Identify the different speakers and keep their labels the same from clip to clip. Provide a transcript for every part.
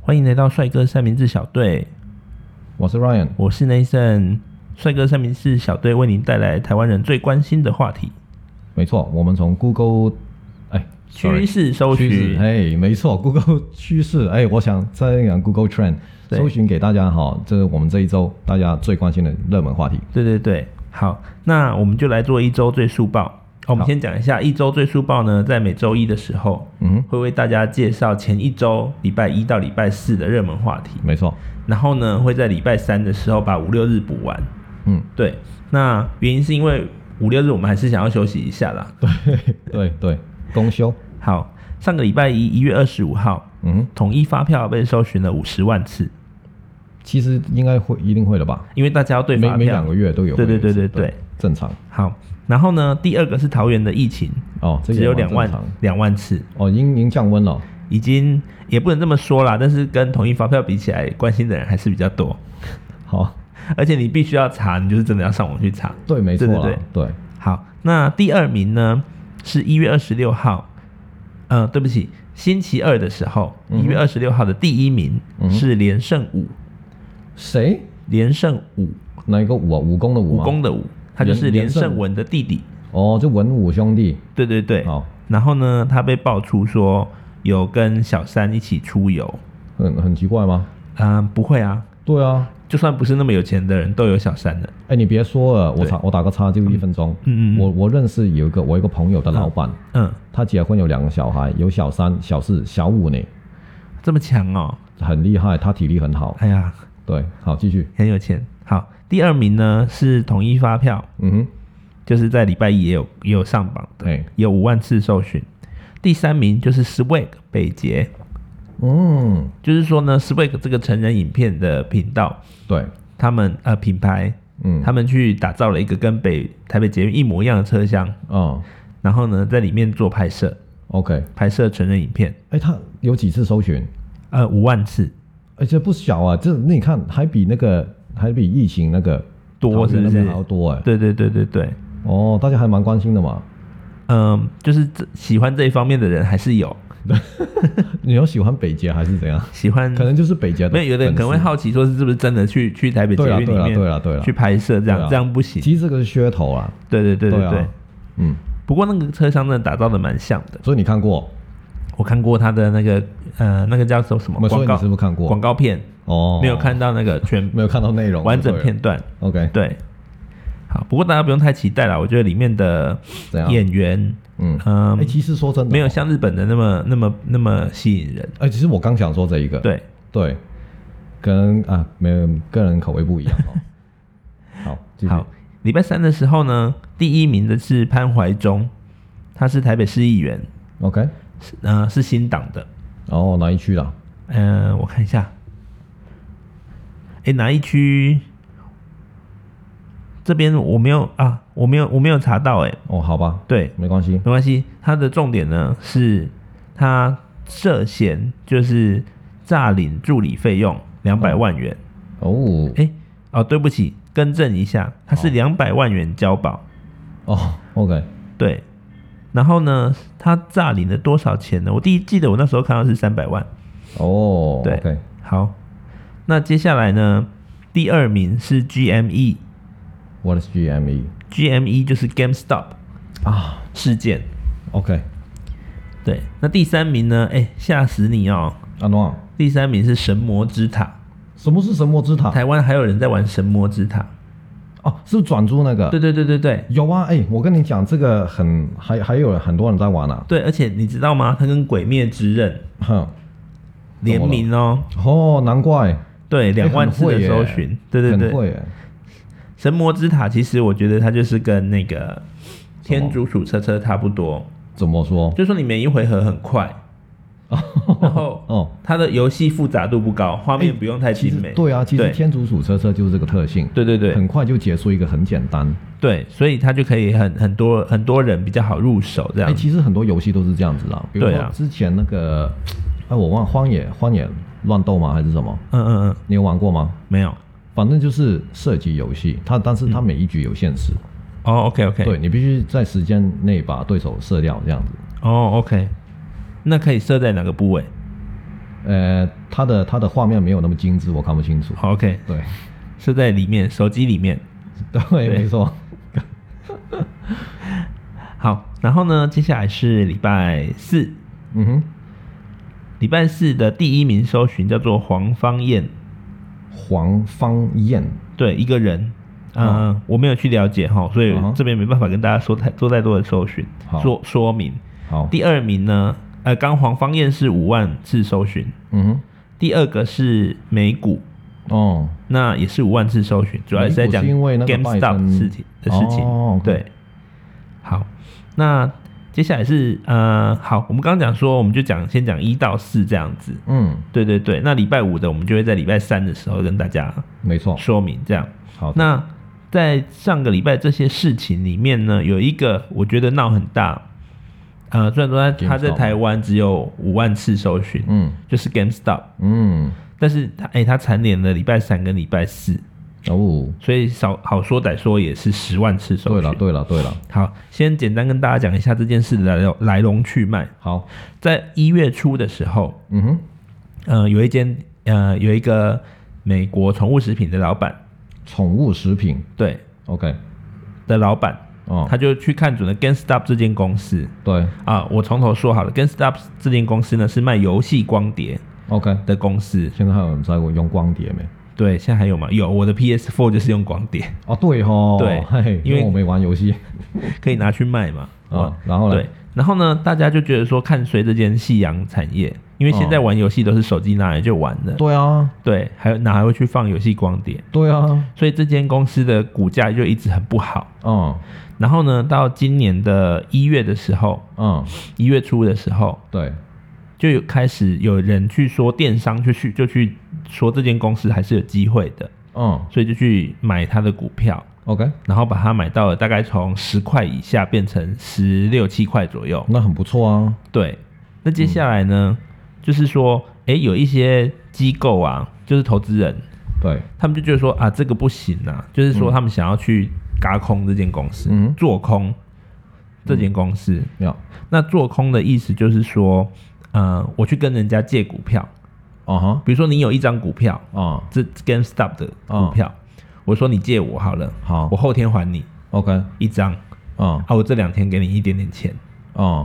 Speaker 1: 欢迎来到帅哥三明治小队，
Speaker 2: 我是 Ryan，
Speaker 1: 我是 Nathan。帅哥三明治小队为您带来台湾人最关心的话题，
Speaker 2: 没错，我们从 Google 哎
Speaker 1: 趋势搜
Speaker 2: 趋势，
Speaker 1: 寻。
Speaker 2: 哎，没错，Google 趋势，哎，我想再讲 Google Trend，
Speaker 1: 对
Speaker 2: 搜寻给大家哈，这是我们这一周大家最关心的热门话题。
Speaker 1: 对对对，好，那我们就来做一周最速报。哦我们
Speaker 2: 好
Speaker 1: 先讲一下一周最速报呢，在每周一的时候
Speaker 2: 嗯
Speaker 1: 会为大家介绍前一周礼拜一到礼拜四的热门话题
Speaker 2: 哼，，没错，
Speaker 1: 然后呢会在礼拜三的时候把五六日补完。
Speaker 2: 嗯，
Speaker 1: 对，那原因是因为五六日我们还是想要休息一下啦。
Speaker 2: 对对，公休，
Speaker 1: 好，上个礼拜一一月二十五号，
Speaker 2: 嗯哼，
Speaker 1: 统一发票被搜寻了五十万次，
Speaker 2: 其实应该会一定会的吧，
Speaker 1: 因为大家要对
Speaker 2: 每
Speaker 1: 发
Speaker 2: 每两
Speaker 1: 票
Speaker 2: 个。月都有会
Speaker 1: 对
Speaker 2: 一次，
Speaker 1: 对对对对
Speaker 2: 正常
Speaker 1: 好，然后呢，第二个是桃园的疫情，
Speaker 2: 哦，这个
Speaker 1: 只有
Speaker 2: 也蛮
Speaker 1: 两万
Speaker 2: 正常
Speaker 1: 两万次，
Speaker 2: 哦，已经已经降温了，
Speaker 1: 已经也不能这么说啦，但是跟统一发票比起来，关心的人还是比较多。
Speaker 2: 好，
Speaker 1: 而且你必须要查，你就是真的要上网去查。
Speaker 2: 对，没错
Speaker 1: 对
Speaker 2: 啦
Speaker 1: 对，
Speaker 2: 对，
Speaker 1: 好，那第二名呢是一月二十六号，呃，对不起，星期二的时候，
Speaker 2: 嗯
Speaker 1: 一
Speaker 2: 哼
Speaker 1: 月二十六号的第一名
Speaker 2: 嗯哼
Speaker 1: 是连胜武，
Speaker 2: 谁？
Speaker 1: 连胜武，
Speaker 2: 哪一个武啊？武功的武
Speaker 1: 武
Speaker 2: 吗？
Speaker 1: 功的武，他就是
Speaker 2: 连
Speaker 1: 连
Speaker 2: 连胜
Speaker 1: 胜文的弟弟。
Speaker 2: 哦，这文武兄弟，
Speaker 1: 对对对，
Speaker 2: 好，
Speaker 1: 然后呢，他被爆出说有跟小三一起出游，
Speaker 2: 很很奇怪吗？
Speaker 1: 嗯、不会啊，
Speaker 2: 对啊，
Speaker 1: 就算不是那么有钱的人都有小三的。
Speaker 2: 哎，你别说了，我
Speaker 1: 对
Speaker 2: 打我打个叉，就一分钟。
Speaker 1: 嗯嗯嗯
Speaker 2: 我我认识有一个我一个朋友的老板，
Speaker 1: 嗯，
Speaker 2: 他结婚有两个小孩，有小三、小四、小五呢，
Speaker 1: 这么强哦，
Speaker 2: 很厉害，他体力很好。
Speaker 1: 哎呀，
Speaker 2: 对，好，继续。
Speaker 1: 很有钱。好，第二名呢是统一发票，
Speaker 2: 嗯
Speaker 1: 就是在礼拜一也有也有上榜
Speaker 2: 哼，哎，
Speaker 1: 有五万次搜寻。第三名就是 Swag 北捷，
Speaker 2: 嗯，
Speaker 1: 就是说呢，Swag 这个成人影片的频道，
Speaker 2: 对，
Speaker 1: 他们呃品牌，
Speaker 2: 嗯，
Speaker 1: 他们去打造了一个跟北台北捷运一模一样的车厢，
Speaker 2: 哦
Speaker 1: 然后呢在里面做拍摄，
Speaker 2: ，OK，
Speaker 1: 拍摄成人影片，
Speaker 2: 哎，他有几次搜寻？
Speaker 1: 呃五万次
Speaker 2: 而且不小啊，这你看还比那个还比疫情那个
Speaker 1: 多
Speaker 2: 桃
Speaker 1: 是
Speaker 2: 园
Speaker 1: 不
Speaker 2: 那
Speaker 1: 是
Speaker 2: 边还？要多哎。
Speaker 1: 对对对对对，
Speaker 2: 哦，大家还蛮关心的 嘛。
Speaker 1: 嗯，就是这喜欢这一方面的人还是有，
Speaker 2: 你有喜欢北捷还是怎样？
Speaker 1: 喜欢
Speaker 2: 可能就是北捷的
Speaker 1: 嗯
Speaker 2: 粉丝。
Speaker 1: 没有有的人可能会好奇说是是不是真的去去台北捷
Speaker 2: 对啊
Speaker 1: 运里
Speaker 2: 对啊
Speaker 1: 面
Speaker 2: 对啊对啊
Speaker 1: 去拍摄这
Speaker 2: 对
Speaker 1: 样
Speaker 2: 啊
Speaker 1: 这样不行，
Speaker 2: 其实这个是噱头啊。
Speaker 1: 对对对对对
Speaker 2: 啊。，嗯，
Speaker 1: 不过那个车厢真的打造的蛮像的，
Speaker 2: 所以你看过？
Speaker 1: 我看过他的那个呃那个叫做什么
Speaker 2: 我说
Speaker 1: 广
Speaker 2: 你
Speaker 1: 告
Speaker 2: 是不是看
Speaker 1: 广
Speaker 2: 过？
Speaker 1: 告片，
Speaker 2: 哦，
Speaker 1: 没有，看到那个全
Speaker 2: 没有看到内容，
Speaker 1: 完整片。段。
Speaker 2: OK，
Speaker 1: 对，好，不过大家不用太期待啦，我觉得里面的
Speaker 2: 怎样？
Speaker 1: 演员
Speaker 2: 嗯，
Speaker 1: 嗯
Speaker 2: 哎，其实说真的，
Speaker 1: 没有。像日本的那么那么那么吸引人。
Speaker 2: 哎，其实我刚想说这一个，
Speaker 1: 对，
Speaker 2: 对，跟啊，没有个人口味不一样 哦。好，继续
Speaker 1: 好，，礼拜三的时候呢，第一名的是潘怀忠，他是台北市议员，
Speaker 2: ，OK。
Speaker 1: 是呃是新党的，
Speaker 2: 哦，哪一区啦？
Speaker 1: 嗯，我看一下，哎、哪一区？这边我没有啊，我没有，我没有查到、诶哎，
Speaker 2: 哦，好吧，
Speaker 1: 对，
Speaker 2: 没关系
Speaker 1: 没。关系。它的重点呢是，它涉嫌就是诈领助理费用两百万元。
Speaker 2: 哦，
Speaker 1: 哎、哦，对不起，更正一下，它是
Speaker 2: 哦
Speaker 1: 两百万元交保。
Speaker 2: 哦，OK，
Speaker 1: 对，然后呢，他诈领了多少钱呢？我第一记得我那时候看到是三百万。
Speaker 2: 哦，
Speaker 1: 对
Speaker 2: OK，
Speaker 1: 好，那接下来呢，第二名是 E GME，GME
Speaker 2: ，What is GME
Speaker 1: E 就是 GameStop
Speaker 2: 啊
Speaker 1: 事件。
Speaker 2: ？OK，
Speaker 1: 对，那第三名呢？哎、吓死你哦！
Speaker 2: 阿诺，啊
Speaker 1: 第三名是神魔之塔，
Speaker 2: 什么是神魔之塔？
Speaker 1: 台湾还有人在玩神魔之塔。
Speaker 2: 哦，是不是转租那个？
Speaker 1: 对对对对对
Speaker 2: 有啊，哎、我跟你讲，这个很还还有很多人在玩啊，
Speaker 1: 对，而且你知道吗？它跟《鬼灭之刃》
Speaker 2: 哼，
Speaker 1: 联名哦。
Speaker 2: 哦，难怪，
Speaker 1: 对，两万
Speaker 2: 哎很
Speaker 1: 次
Speaker 2: 会
Speaker 1: 的
Speaker 2: 耶
Speaker 1: 搜寻。对对
Speaker 2: 很
Speaker 1: 对，
Speaker 2: 会耶，
Speaker 1: 神魔之塔其实我觉得它就是跟那个天
Speaker 2: 么
Speaker 1: 竺鼠车车差不多，
Speaker 2: 怎么说？
Speaker 1: 就说你每一回合很快， 然后
Speaker 2: 哦，
Speaker 1: 它的游戏复杂度不高，画面不用太
Speaker 2: 其
Speaker 1: 精美。
Speaker 2: 实对啊，其实
Speaker 1: 对
Speaker 2: 天竺鼠车车就是这个特性，
Speaker 1: 对对对
Speaker 2: 很快就结束一个很简单。
Speaker 1: 对，所以它就可以很很多很多人比较好入手这
Speaker 2: 哎、
Speaker 1: 样。
Speaker 2: 其实很多游戏都是这样子啦，比如
Speaker 1: 对
Speaker 2: 说
Speaker 1: 啊
Speaker 2: 之前那个，哎，我忘荒野荒野乱斗吗？还是什么？
Speaker 1: 嗯嗯嗯，
Speaker 2: 你有玩过吗？
Speaker 1: 没有。
Speaker 2: 反正就是射击游戏，它但是它每一局有限时，
Speaker 1: 哦，OK 嗯 OK，
Speaker 2: 对你必须在时间内把对手射掉这样子。
Speaker 1: 哦，OK，那可以设在哪个部位？
Speaker 2: 呃，它的它的画面没有那么精致，我看不清楚。
Speaker 1: 好，OK，
Speaker 2: 对，
Speaker 1: 是在里面手机里面。
Speaker 2: 对，没错。
Speaker 1: 好，然后呢，接下来是礼拜四，
Speaker 2: 嗯哼，
Speaker 1: 礼拜四的第一名搜寻叫做黄芳燕，
Speaker 2: 黄芳燕，
Speaker 1: 对，一个人。嗯、
Speaker 2: 哦
Speaker 1: 我没有去了解哈，所以
Speaker 2: 嗯哼
Speaker 1: 这边没办法跟大家说太做太多的搜寻
Speaker 2: 好
Speaker 1: 说说明。
Speaker 2: 好，
Speaker 1: 第二名呢，呃，刚黄芳燕是五万次搜寻，
Speaker 2: 嗯
Speaker 1: 第二个是美股，
Speaker 2: 哼，哦，
Speaker 1: 那也是五万次搜寻，主要是在讲
Speaker 2: 美股是因为那个拜
Speaker 1: GameStop
Speaker 2: 登
Speaker 1: 事情的事情。
Speaker 2: 哦，OK
Speaker 1: 对，好，那接下来是呃，好，我们刚刚讲说，我们就讲先讲一到四这样子。
Speaker 2: 嗯，
Speaker 1: 对对对，那礼拜五的我们就会在礼拜三的时候跟大家
Speaker 2: 没错。
Speaker 1: 说明这样。
Speaker 2: 好，
Speaker 1: 那在上个礼拜这些事情里面呢，有一个我觉得闹很大，呃，虽然说它它在
Speaker 2: GameStop
Speaker 1: 台湾只有五万次搜寻，
Speaker 2: 嗯
Speaker 1: 就是 GameStop，
Speaker 2: 嗯，
Speaker 1: 但是它哎、它蝉联了礼拜三跟礼拜四，
Speaker 2: 哦，
Speaker 1: 所以少好说歹说也是十万次搜
Speaker 2: 对了
Speaker 1: 寻。
Speaker 2: 对了对了，
Speaker 1: 好，先简单跟大家讲一下这件事的来龙来龙去脉。
Speaker 2: 好，
Speaker 1: 在一月初的时候，
Speaker 2: 嗯哼，
Speaker 1: 呃，有一间呃有一个美国宠物食品的老板，
Speaker 2: 宠物食品
Speaker 1: 对
Speaker 2: ，OK，
Speaker 1: 的老板，
Speaker 2: 哦，
Speaker 1: 他就去看准了 GameStop 这间公司
Speaker 2: 对
Speaker 1: 啊。我从头说好了，GameStop 这间公司呢是卖游戏光碟
Speaker 2: ，OK，
Speaker 1: 的公司。
Speaker 2: 现在还有人在用光碟没？
Speaker 1: 对，现在还有吗？有，我的 PS4 就是用光碟，
Speaker 2: 哦，对吼，
Speaker 1: 对
Speaker 2: 嘿
Speaker 1: 因
Speaker 2: 因
Speaker 1: 为
Speaker 2: 为我没玩游戏
Speaker 1: 可以拿去卖嘛。
Speaker 2: 啊。然后呢
Speaker 1: 对？，然后呢，大家就觉得说看谁这间夕阳产业，因为现在
Speaker 2: 哦
Speaker 1: 玩游戏都是手机拿来就玩的，
Speaker 2: 对啊，
Speaker 1: 对，还有哪还会去放游戏光碟？
Speaker 2: 对啊，
Speaker 1: 所以这间公司的股价就一直很不好。
Speaker 2: 嗯
Speaker 1: 然后呢，到今年的一月的时候，
Speaker 2: 嗯，
Speaker 1: 一月初的时候，
Speaker 2: 对，
Speaker 1: 就有开始有人去说电商就去就去说这间公司还是有机会的，
Speaker 2: 嗯
Speaker 1: 所以就去买它的股票，
Speaker 2: ，OK，
Speaker 1: 然后把它买到了大概从十块以下变成十六七块左右。
Speaker 2: 那很不错啊。
Speaker 1: 对，那接下来呢，就是说，诶，有一些机构啊，就是投资人，
Speaker 2: 对，
Speaker 1: 他们就觉得说啊，这个不行啊，就是说他们想要去嘎空这间公司，
Speaker 2: 嗯
Speaker 1: 做空这间公司。
Speaker 2: 要
Speaker 1: 那做空的意思就是说，呃，我去跟人家借股票，
Speaker 2: 啊哈
Speaker 1: 比如说你有一张股票，
Speaker 2: 啊，
Speaker 1: 这 GameStop 的股票，我说你借我好了，
Speaker 2: 好
Speaker 1: 我后天还你
Speaker 2: ，OK，
Speaker 1: 一张，
Speaker 2: 嗯
Speaker 1: 啊，我啊这两天给你一点点钱，
Speaker 2: 嗯，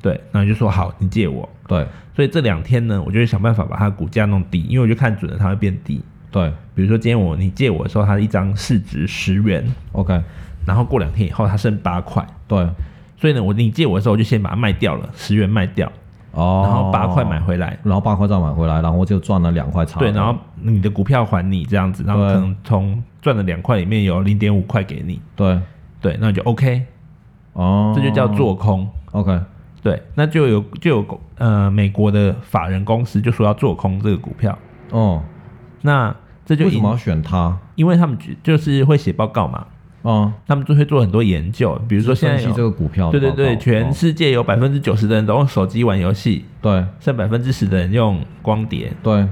Speaker 1: 对，然后你就说好，你借我，
Speaker 2: 对
Speaker 1: 所以这两天呢，我就会想办法把它股价弄低，因为我就看准了它会变低。
Speaker 2: 对
Speaker 1: 比如说今天我你借我的时候，它一张市值十元，
Speaker 2: ，OK，
Speaker 1: 然后过两天以后它剩八块，
Speaker 2: 对，
Speaker 1: 所以呢，我你借我的时候我就先把它卖掉了，十元卖掉，
Speaker 2: 哦，
Speaker 1: 然后八块买，回来，
Speaker 2: 然后八块再买回来，然后就赚了两块差。
Speaker 1: 对，然后你的股票还你这样子，然后可
Speaker 2: 嗯
Speaker 1: 能从赚的两块里面有零点五块给你，
Speaker 2: 对，
Speaker 1: 对，那你就 OK，
Speaker 2: 哦，
Speaker 1: 这就叫做空。
Speaker 2: OK，
Speaker 1: 对，那就有就有公呃美国的法人公司就说要做空这个股票，
Speaker 2: 哦，
Speaker 1: 那这就
Speaker 2: 为什
Speaker 1: 引
Speaker 2: 么要选它？
Speaker 1: 因为他们就就是会写报告嘛，
Speaker 2: 哦，
Speaker 1: 他们就会做很多研究，比
Speaker 2: 比
Speaker 1: 如说现在
Speaker 2: 这
Speaker 1: 有
Speaker 2: 个股票
Speaker 1: 对
Speaker 2: 的报
Speaker 1: 对
Speaker 2: 告，
Speaker 1: 对，全
Speaker 2: 哦
Speaker 1: 世界有百分之九十的人都用手机玩游戏，
Speaker 2: 对
Speaker 1: 剩百分之十的人用光碟，
Speaker 2: 哦对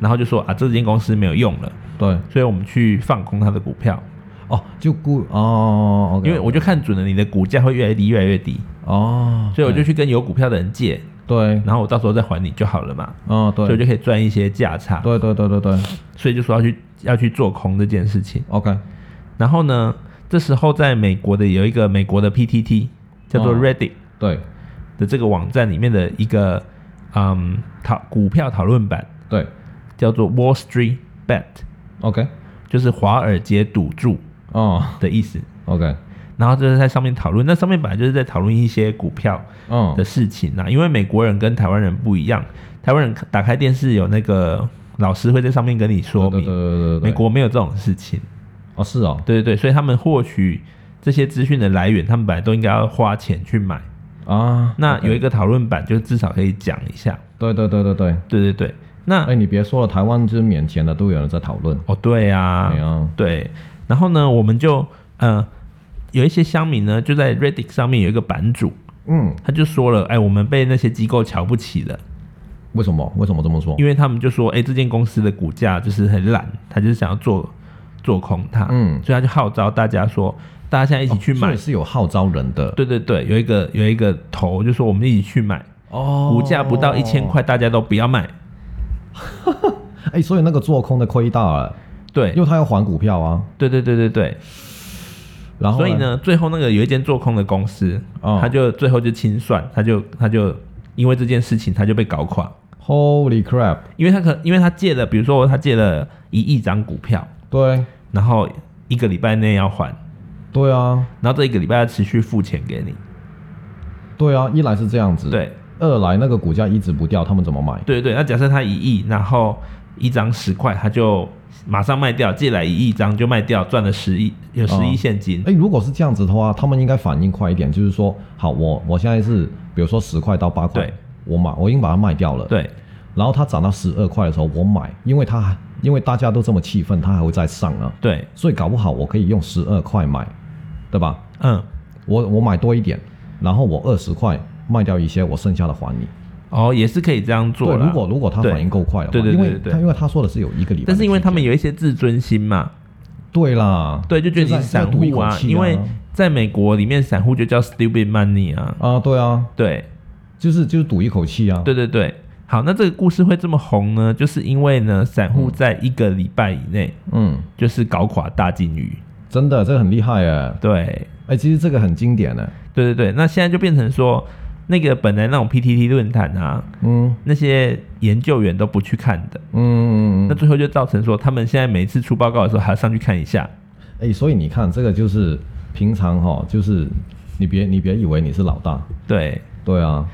Speaker 1: 然后就说啊这间公司没有用了，
Speaker 2: 对，
Speaker 1: 所以我们去放空它的股票，
Speaker 2: 哦，就故哦，OK，
Speaker 1: 因为我就看准了你的股价会越来越低越来越低，
Speaker 2: 哦，
Speaker 1: 所以我就去跟有股票的人借，
Speaker 2: 对，
Speaker 1: 然后我到时候再还你就好了嘛，
Speaker 2: 哦
Speaker 1: 所以我
Speaker 2: 对，
Speaker 1: 就可以赚一些价差，
Speaker 2: 对对对对对
Speaker 1: 所以就说要去要去做空这件事情。
Speaker 2: ，OK，
Speaker 1: 然后呢，这时候在美国的有一个美国的 PTT 叫做
Speaker 2: 哦
Speaker 1: Reddit
Speaker 2: 对
Speaker 1: 的这个网站里面的一个嗯讨股票讨论版，
Speaker 2: 对
Speaker 1: 叫做 Wall Street Bet，
Speaker 2: ，OK，
Speaker 1: 就是华尔街赌注
Speaker 2: 哦
Speaker 1: 的意思。
Speaker 2: ，OK，
Speaker 1: 然后就是在上面讨论，那上面本来就是在讨论一些股票
Speaker 2: 嗯
Speaker 1: 的，事情啊，因为美国人跟台湾人不一样，台湾人打开电视有那个老师会在上面跟你说
Speaker 2: 对
Speaker 1: 明
Speaker 2: 对对，对对，
Speaker 1: 美国没有这种事情。
Speaker 2: 哦是哦
Speaker 1: 对对对，所以他们获取这些资讯的来源，他们本来都应该要花钱去买。
Speaker 2: 啊，
Speaker 1: 那有一个讨论版，就至少可以讲一下。
Speaker 2: 对对对对对，
Speaker 1: 对对对，那、
Speaker 2: 哎，你别说了，台湾就是免钱的都有人在讨论，哎
Speaker 1: 哦对啊
Speaker 2: 怎，样？
Speaker 1: 对。然后呢，我们就呃有一些乡民呢，就在 Reddit 上面有一个版主，
Speaker 2: 嗯，
Speaker 1: 他就说了，哎，我们被那些机构瞧不起了，
Speaker 2: 为什么？为什么这么说？
Speaker 1: 因为他们就说，哎，这间公司的股价就是很懒，他就是想要做做空它，
Speaker 2: 嗯
Speaker 1: 所以他就号召大家说，大家现在一起去
Speaker 2: 哦所
Speaker 1: 买。
Speaker 2: 以是有号召人的，
Speaker 1: 对对对，有一个有一个头就说我们一起去买，
Speaker 2: 哦
Speaker 1: 股价不到一千，块，大家都不要买。
Speaker 2: 哎、所以那个做空的亏大了，
Speaker 1: 对
Speaker 2: 因，为他要还股票啊。
Speaker 1: 对对对对对。
Speaker 2: 然后
Speaker 1: 所以呢，最后那个有一间做空的公司，
Speaker 2: 哦
Speaker 1: 他就最后就清算，他就他就因为这件事情，他就被搞垮，
Speaker 2: ，Holy crap！
Speaker 1: 因为他可因为他借了，比如说他借了一亿张股票，
Speaker 2: 对
Speaker 1: 然后一个礼拜内要还，
Speaker 2: 对啊，
Speaker 1: 然后这一个礼拜要持续付钱给你，
Speaker 2: 对啊，一来是这样子，，
Speaker 1: 对
Speaker 2: 二来那个股价一直不掉，他们怎么买？
Speaker 1: 对对，那假设他一亿，然后一张十块，他就马上卖掉，借来一亿张就卖掉，赚了十亿，有十亿
Speaker 2: 哦
Speaker 1: 现金，
Speaker 2: 哎、如果是这样子的话，他们应该反应快一点，就是说，好，我我现在是比如说十块到八块
Speaker 1: 对，
Speaker 2: 我买，我已经把它卖掉了，，
Speaker 1: 对
Speaker 2: 然后它涨到十二块的时候，我买，因为它因为大家都这么气愤，它还会再上啊，
Speaker 1: 对，
Speaker 2: 所以搞不好我可以用十二块买，对吧？
Speaker 1: 嗯，
Speaker 2: 我我买多一点，然后我二十块卖掉一些，我剩下的还你。
Speaker 1: 哦，也是可以这样做
Speaker 2: 对，
Speaker 1: 啦
Speaker 2: 如果如果他
Speaker 1: 对
Speaker 2: 反应够快的话，
Speaker 1: 对对
Speaker 2: 因
Speaker 1: 对
Speaker 2: 为
Speaker 1: 对对
Speaker 2: 他因为他说的是有一个礼拜的时间，
Speaker 1: 但是因为他们有一些自尊心嘛，
Speaker 2: 对啦，
Speaker 1: 对，就觉得你
Speaker 2: 在
Speaker 1: 是散
Speaker 2: 在赌一
Speaker 1: 户
Speaker 2: 口
Speaker 1: 啊，
Speaker 2: 气啊，
Speaker 1: 因为在美国里面，散户就叫 stupid money 啊，
Speaker 2: 啊，对啊，
Speaker 1: 对，
Speaker 2: 就是就是赌一口气啊，
Speaker 1: 对对对。好，那这个故事会这么红呢，就是因为呢，散户在一个礼拜以内
Speaker 2: 嗯，
Speaker 1: 就是搞垮大金鱼，
Speaker 2: 真的这很厉害哎，
Speaker 1: 对，
Speaker 2: 哎，其实这个很经典的，
Speaker 1: 对对对。那现在就变成说，那个本来那种 PTT 论坛啊，
Speaker 2: 嗯
Speaker 1: 那些研究员都不去看的，
Speaker 2: 嗯嗯
Speaker 1: 那最后就造成说，他们现在每次出报告的时候还要上去看一下，
Speaker 2: 嗯，哎，所以你看这个就是平常哈，就是你别你别以为你是老大，
Speaker 1: 对
Speaker 2: 对啊，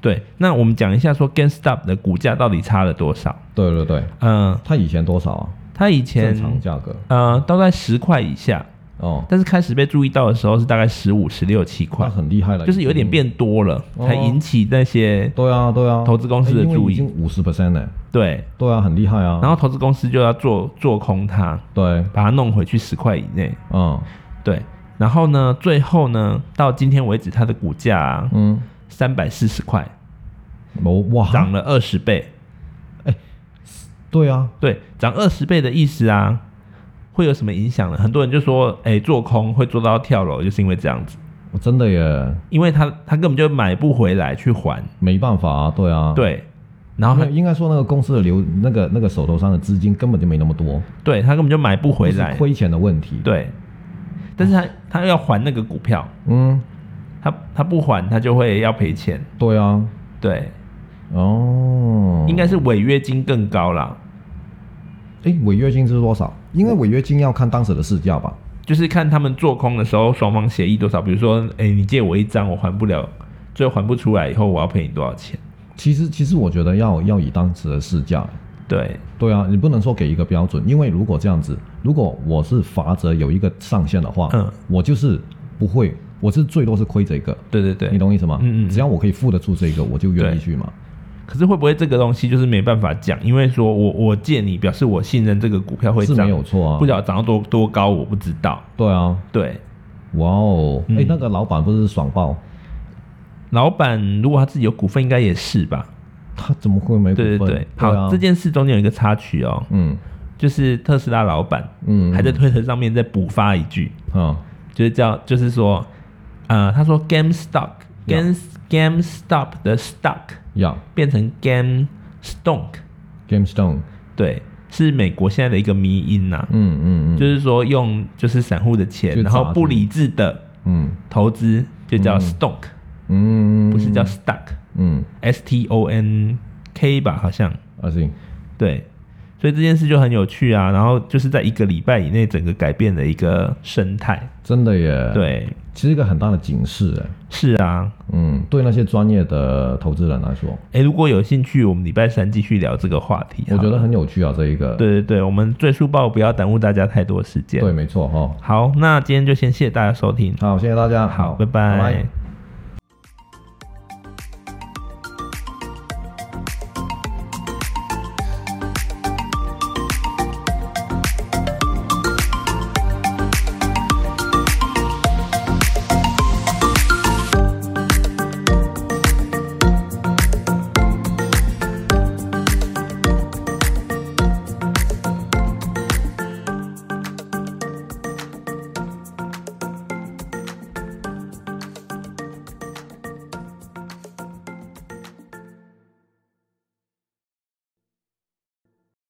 Speaker 1: 对。那我们讲一下说 GameStop 的股价到底差了多少？
Speaker 2: 对对对，
Speaker 1: 嗯，
Speaker 2: 他以前多少啊？
Speaker 1: 它以
Speaker 2: 正
Speaker 1: 前
Speaker 2: 常价格
Speaker 1: 呃都在十块以下，
Speaker 2: 哦，
Speaker 1: 但是开始被注意到的时候是大概十五、十六、七
Speaker 2: 那
Speaker 1: 块，
Speaker 2: 很厉害了，
Speaker 1: 就是有点
Speaker 2: 已经
Speaker 1: 变多了，
Speaker 2: 哦
Speaker 1: 才引起那些
Speaker 2: 对啊，对啊，
Speaker 1: 投资公司的
Speaker 2: 哎因为
Speaker 1: 注意
Speaker 2: 已经五十 percent 呢，
Speaker 1: 对，
Speaker 2: 对啊，很厉害啊。
Speaker 1: 然后投资公司就要做做空它，
Speaker 2: 对，
Speaker 1: 把它弄回去十块以内，
Speaker 2: 嗯
Speaker 1: 对。然后呢，最后呢，到今天为止，它的股价啊
Speaker 2: 嗯，
Speaker 1: 三百四十块，
Speaker 2: 我哇，
Speaker 1: 涨了二十倍。
Speaker 2: 对啊，
Speaker 1: 对，涨二十倍的意思啊，会有什么影响呢？很多人就说，哎、做空会做到跳楼，就是因为这样子，
Speaker 2: 我真的也
Speaker 1: 因为他他根本就买不回来去还，
Speaker 2: 没办法啊，对啊，，
Speaker 1: 对，然后
Speaker 2: 没有
Speaker 1: 他
Speaker 2: 应该说那个公司的流那个那个手头上的资金根本就没那么多，
Speaker 1: 对他根本就买不回
Speaker 2: 不是
Speaker 1: 来，
Speaker 2: 亏钱哦的问题。，
Speaker 1: 对，但是他他要还那个股票，
Speaker 2: 嗯，
Speaker 1: 他他不还他就会要赔钱，
Speaker 2: 对啊，
Speaker 1: 对，
Speaker 2: 哦，
Speaker 1: 应该是违约金更高啦，
Speaker 2: 哎，违约金是多少？因为违约金要看当时的市价吧。
Speaker 1: 就是看他们做空的时候双方协议多少，比如说，哎、你借我一张，我还不了，最后还不出来以后，我要赔你多少钱？
Speaker 2: 其实其实我觉得要要以当时的市价。
Speaker 1: 对
Speaker 2: 对啊，你不能说给一个标准，因为如果这样子，如果我是罚则有一个上限的话，
Speaker 1: 嗯
Speaker 2: 我就是不会，我是最多是亏这个，
Speaker 1: 对对对，
Speaker 2: 你懂我意思吗？
Speaker 1: 嗯嗯嗯
Speaker 2: 只要我可以付得出这个，我就愿
Speaker 1: 对
Speaker 2: 意去嘛。
Speaker 1: 可是会不会这个东西就是没办法讲？因为说我我借你，表示我信任这个股票会
Speaker 2: 是
Speaker 1: 涨，
Speaker 2: 没有错啊。
Speaker 1: 不晓得涨到多多高，我不知道。
Speaker 2: 对啊，
Speaker 1: 对，
Speaker 2: 哇哦，哎、
Speaker 1: 嗯
Speaker 2: 那个老板不是爽爆，
Speaker 1: 老板如果他自己有股份，应该也是吧？
Speaker 2: 他怎么会没股
Speaker 1: 对
Speaker 2: 份？
Speaker 1: 对对。好，
Speaker 2: 啊、
Speaker 1: 这件事中间有一个插曲哦，
Speaker 2: 嗯
Speaker 1: 就是特斯拉老板
Speaker 2: 嗯，
Speaker 1: 还在推特上面再补发一句，
Speaker 2: 嗯
Speaker 1: 就是叫就是说，呃，他说 GameStop Game GameStop 的 stock
Speaker 2: 呀、
Speaker 1: 变成 Game Stonk，
Speaker 2: g a m e s t o n e
Speaker 1: 对，是美国现在的一个迷因呐、
Speaker 2: 嗯嗯嗯，
Speaker 1: 就是说用就是散户的钱，
Speaker 2: 就
Speaker 1: 然后
Speaker 2: 砸
Speaker 1: 不
Speaker 2: 进去
Speaker 1: 理智的
Speaker 2: 嗯
Speaker 1: 投资就叫 stonk，、
Speaker 2: 嗯，
Speaker 1: 不是叫 stuck，S、
Speaker 2: 嗯，啊
Speaker 1: T O N K 吧，好像
Speaker 2: 阿信，
Speaker 1: 对，所以这件事就很有趣啊。然后就是在一个礼拜以内，整个改变了一个生态。
Speaker 2: 真的耶，，
Speaker 1: 对，
Speaker 2: 其实一个很大的警示哎。
Speaker 1: 是啊，
Speaker 2: 嗯，对那些专业的投资人来说，
Speaker 1: 哎、如果有兴趣，我们礼拜三继续聊这个话题。
Speaker 2: 我
Speaker 1: 好
Speaker 2: 觉
Speaker 1: 了
Speaker 2: 得很有趣啊，这一个，
Speaker 1: 对对对，我们最速报不要耽误大家太多时间。
Speaker 2: 对，没错哈、
Speaker 1: 好，那今天就先谢谢大家收听，
Speaker 2: 好，谢谢大家，
Speaker 1: 好，拜
Speaker 2: 拜拜
Speaker 1: 拜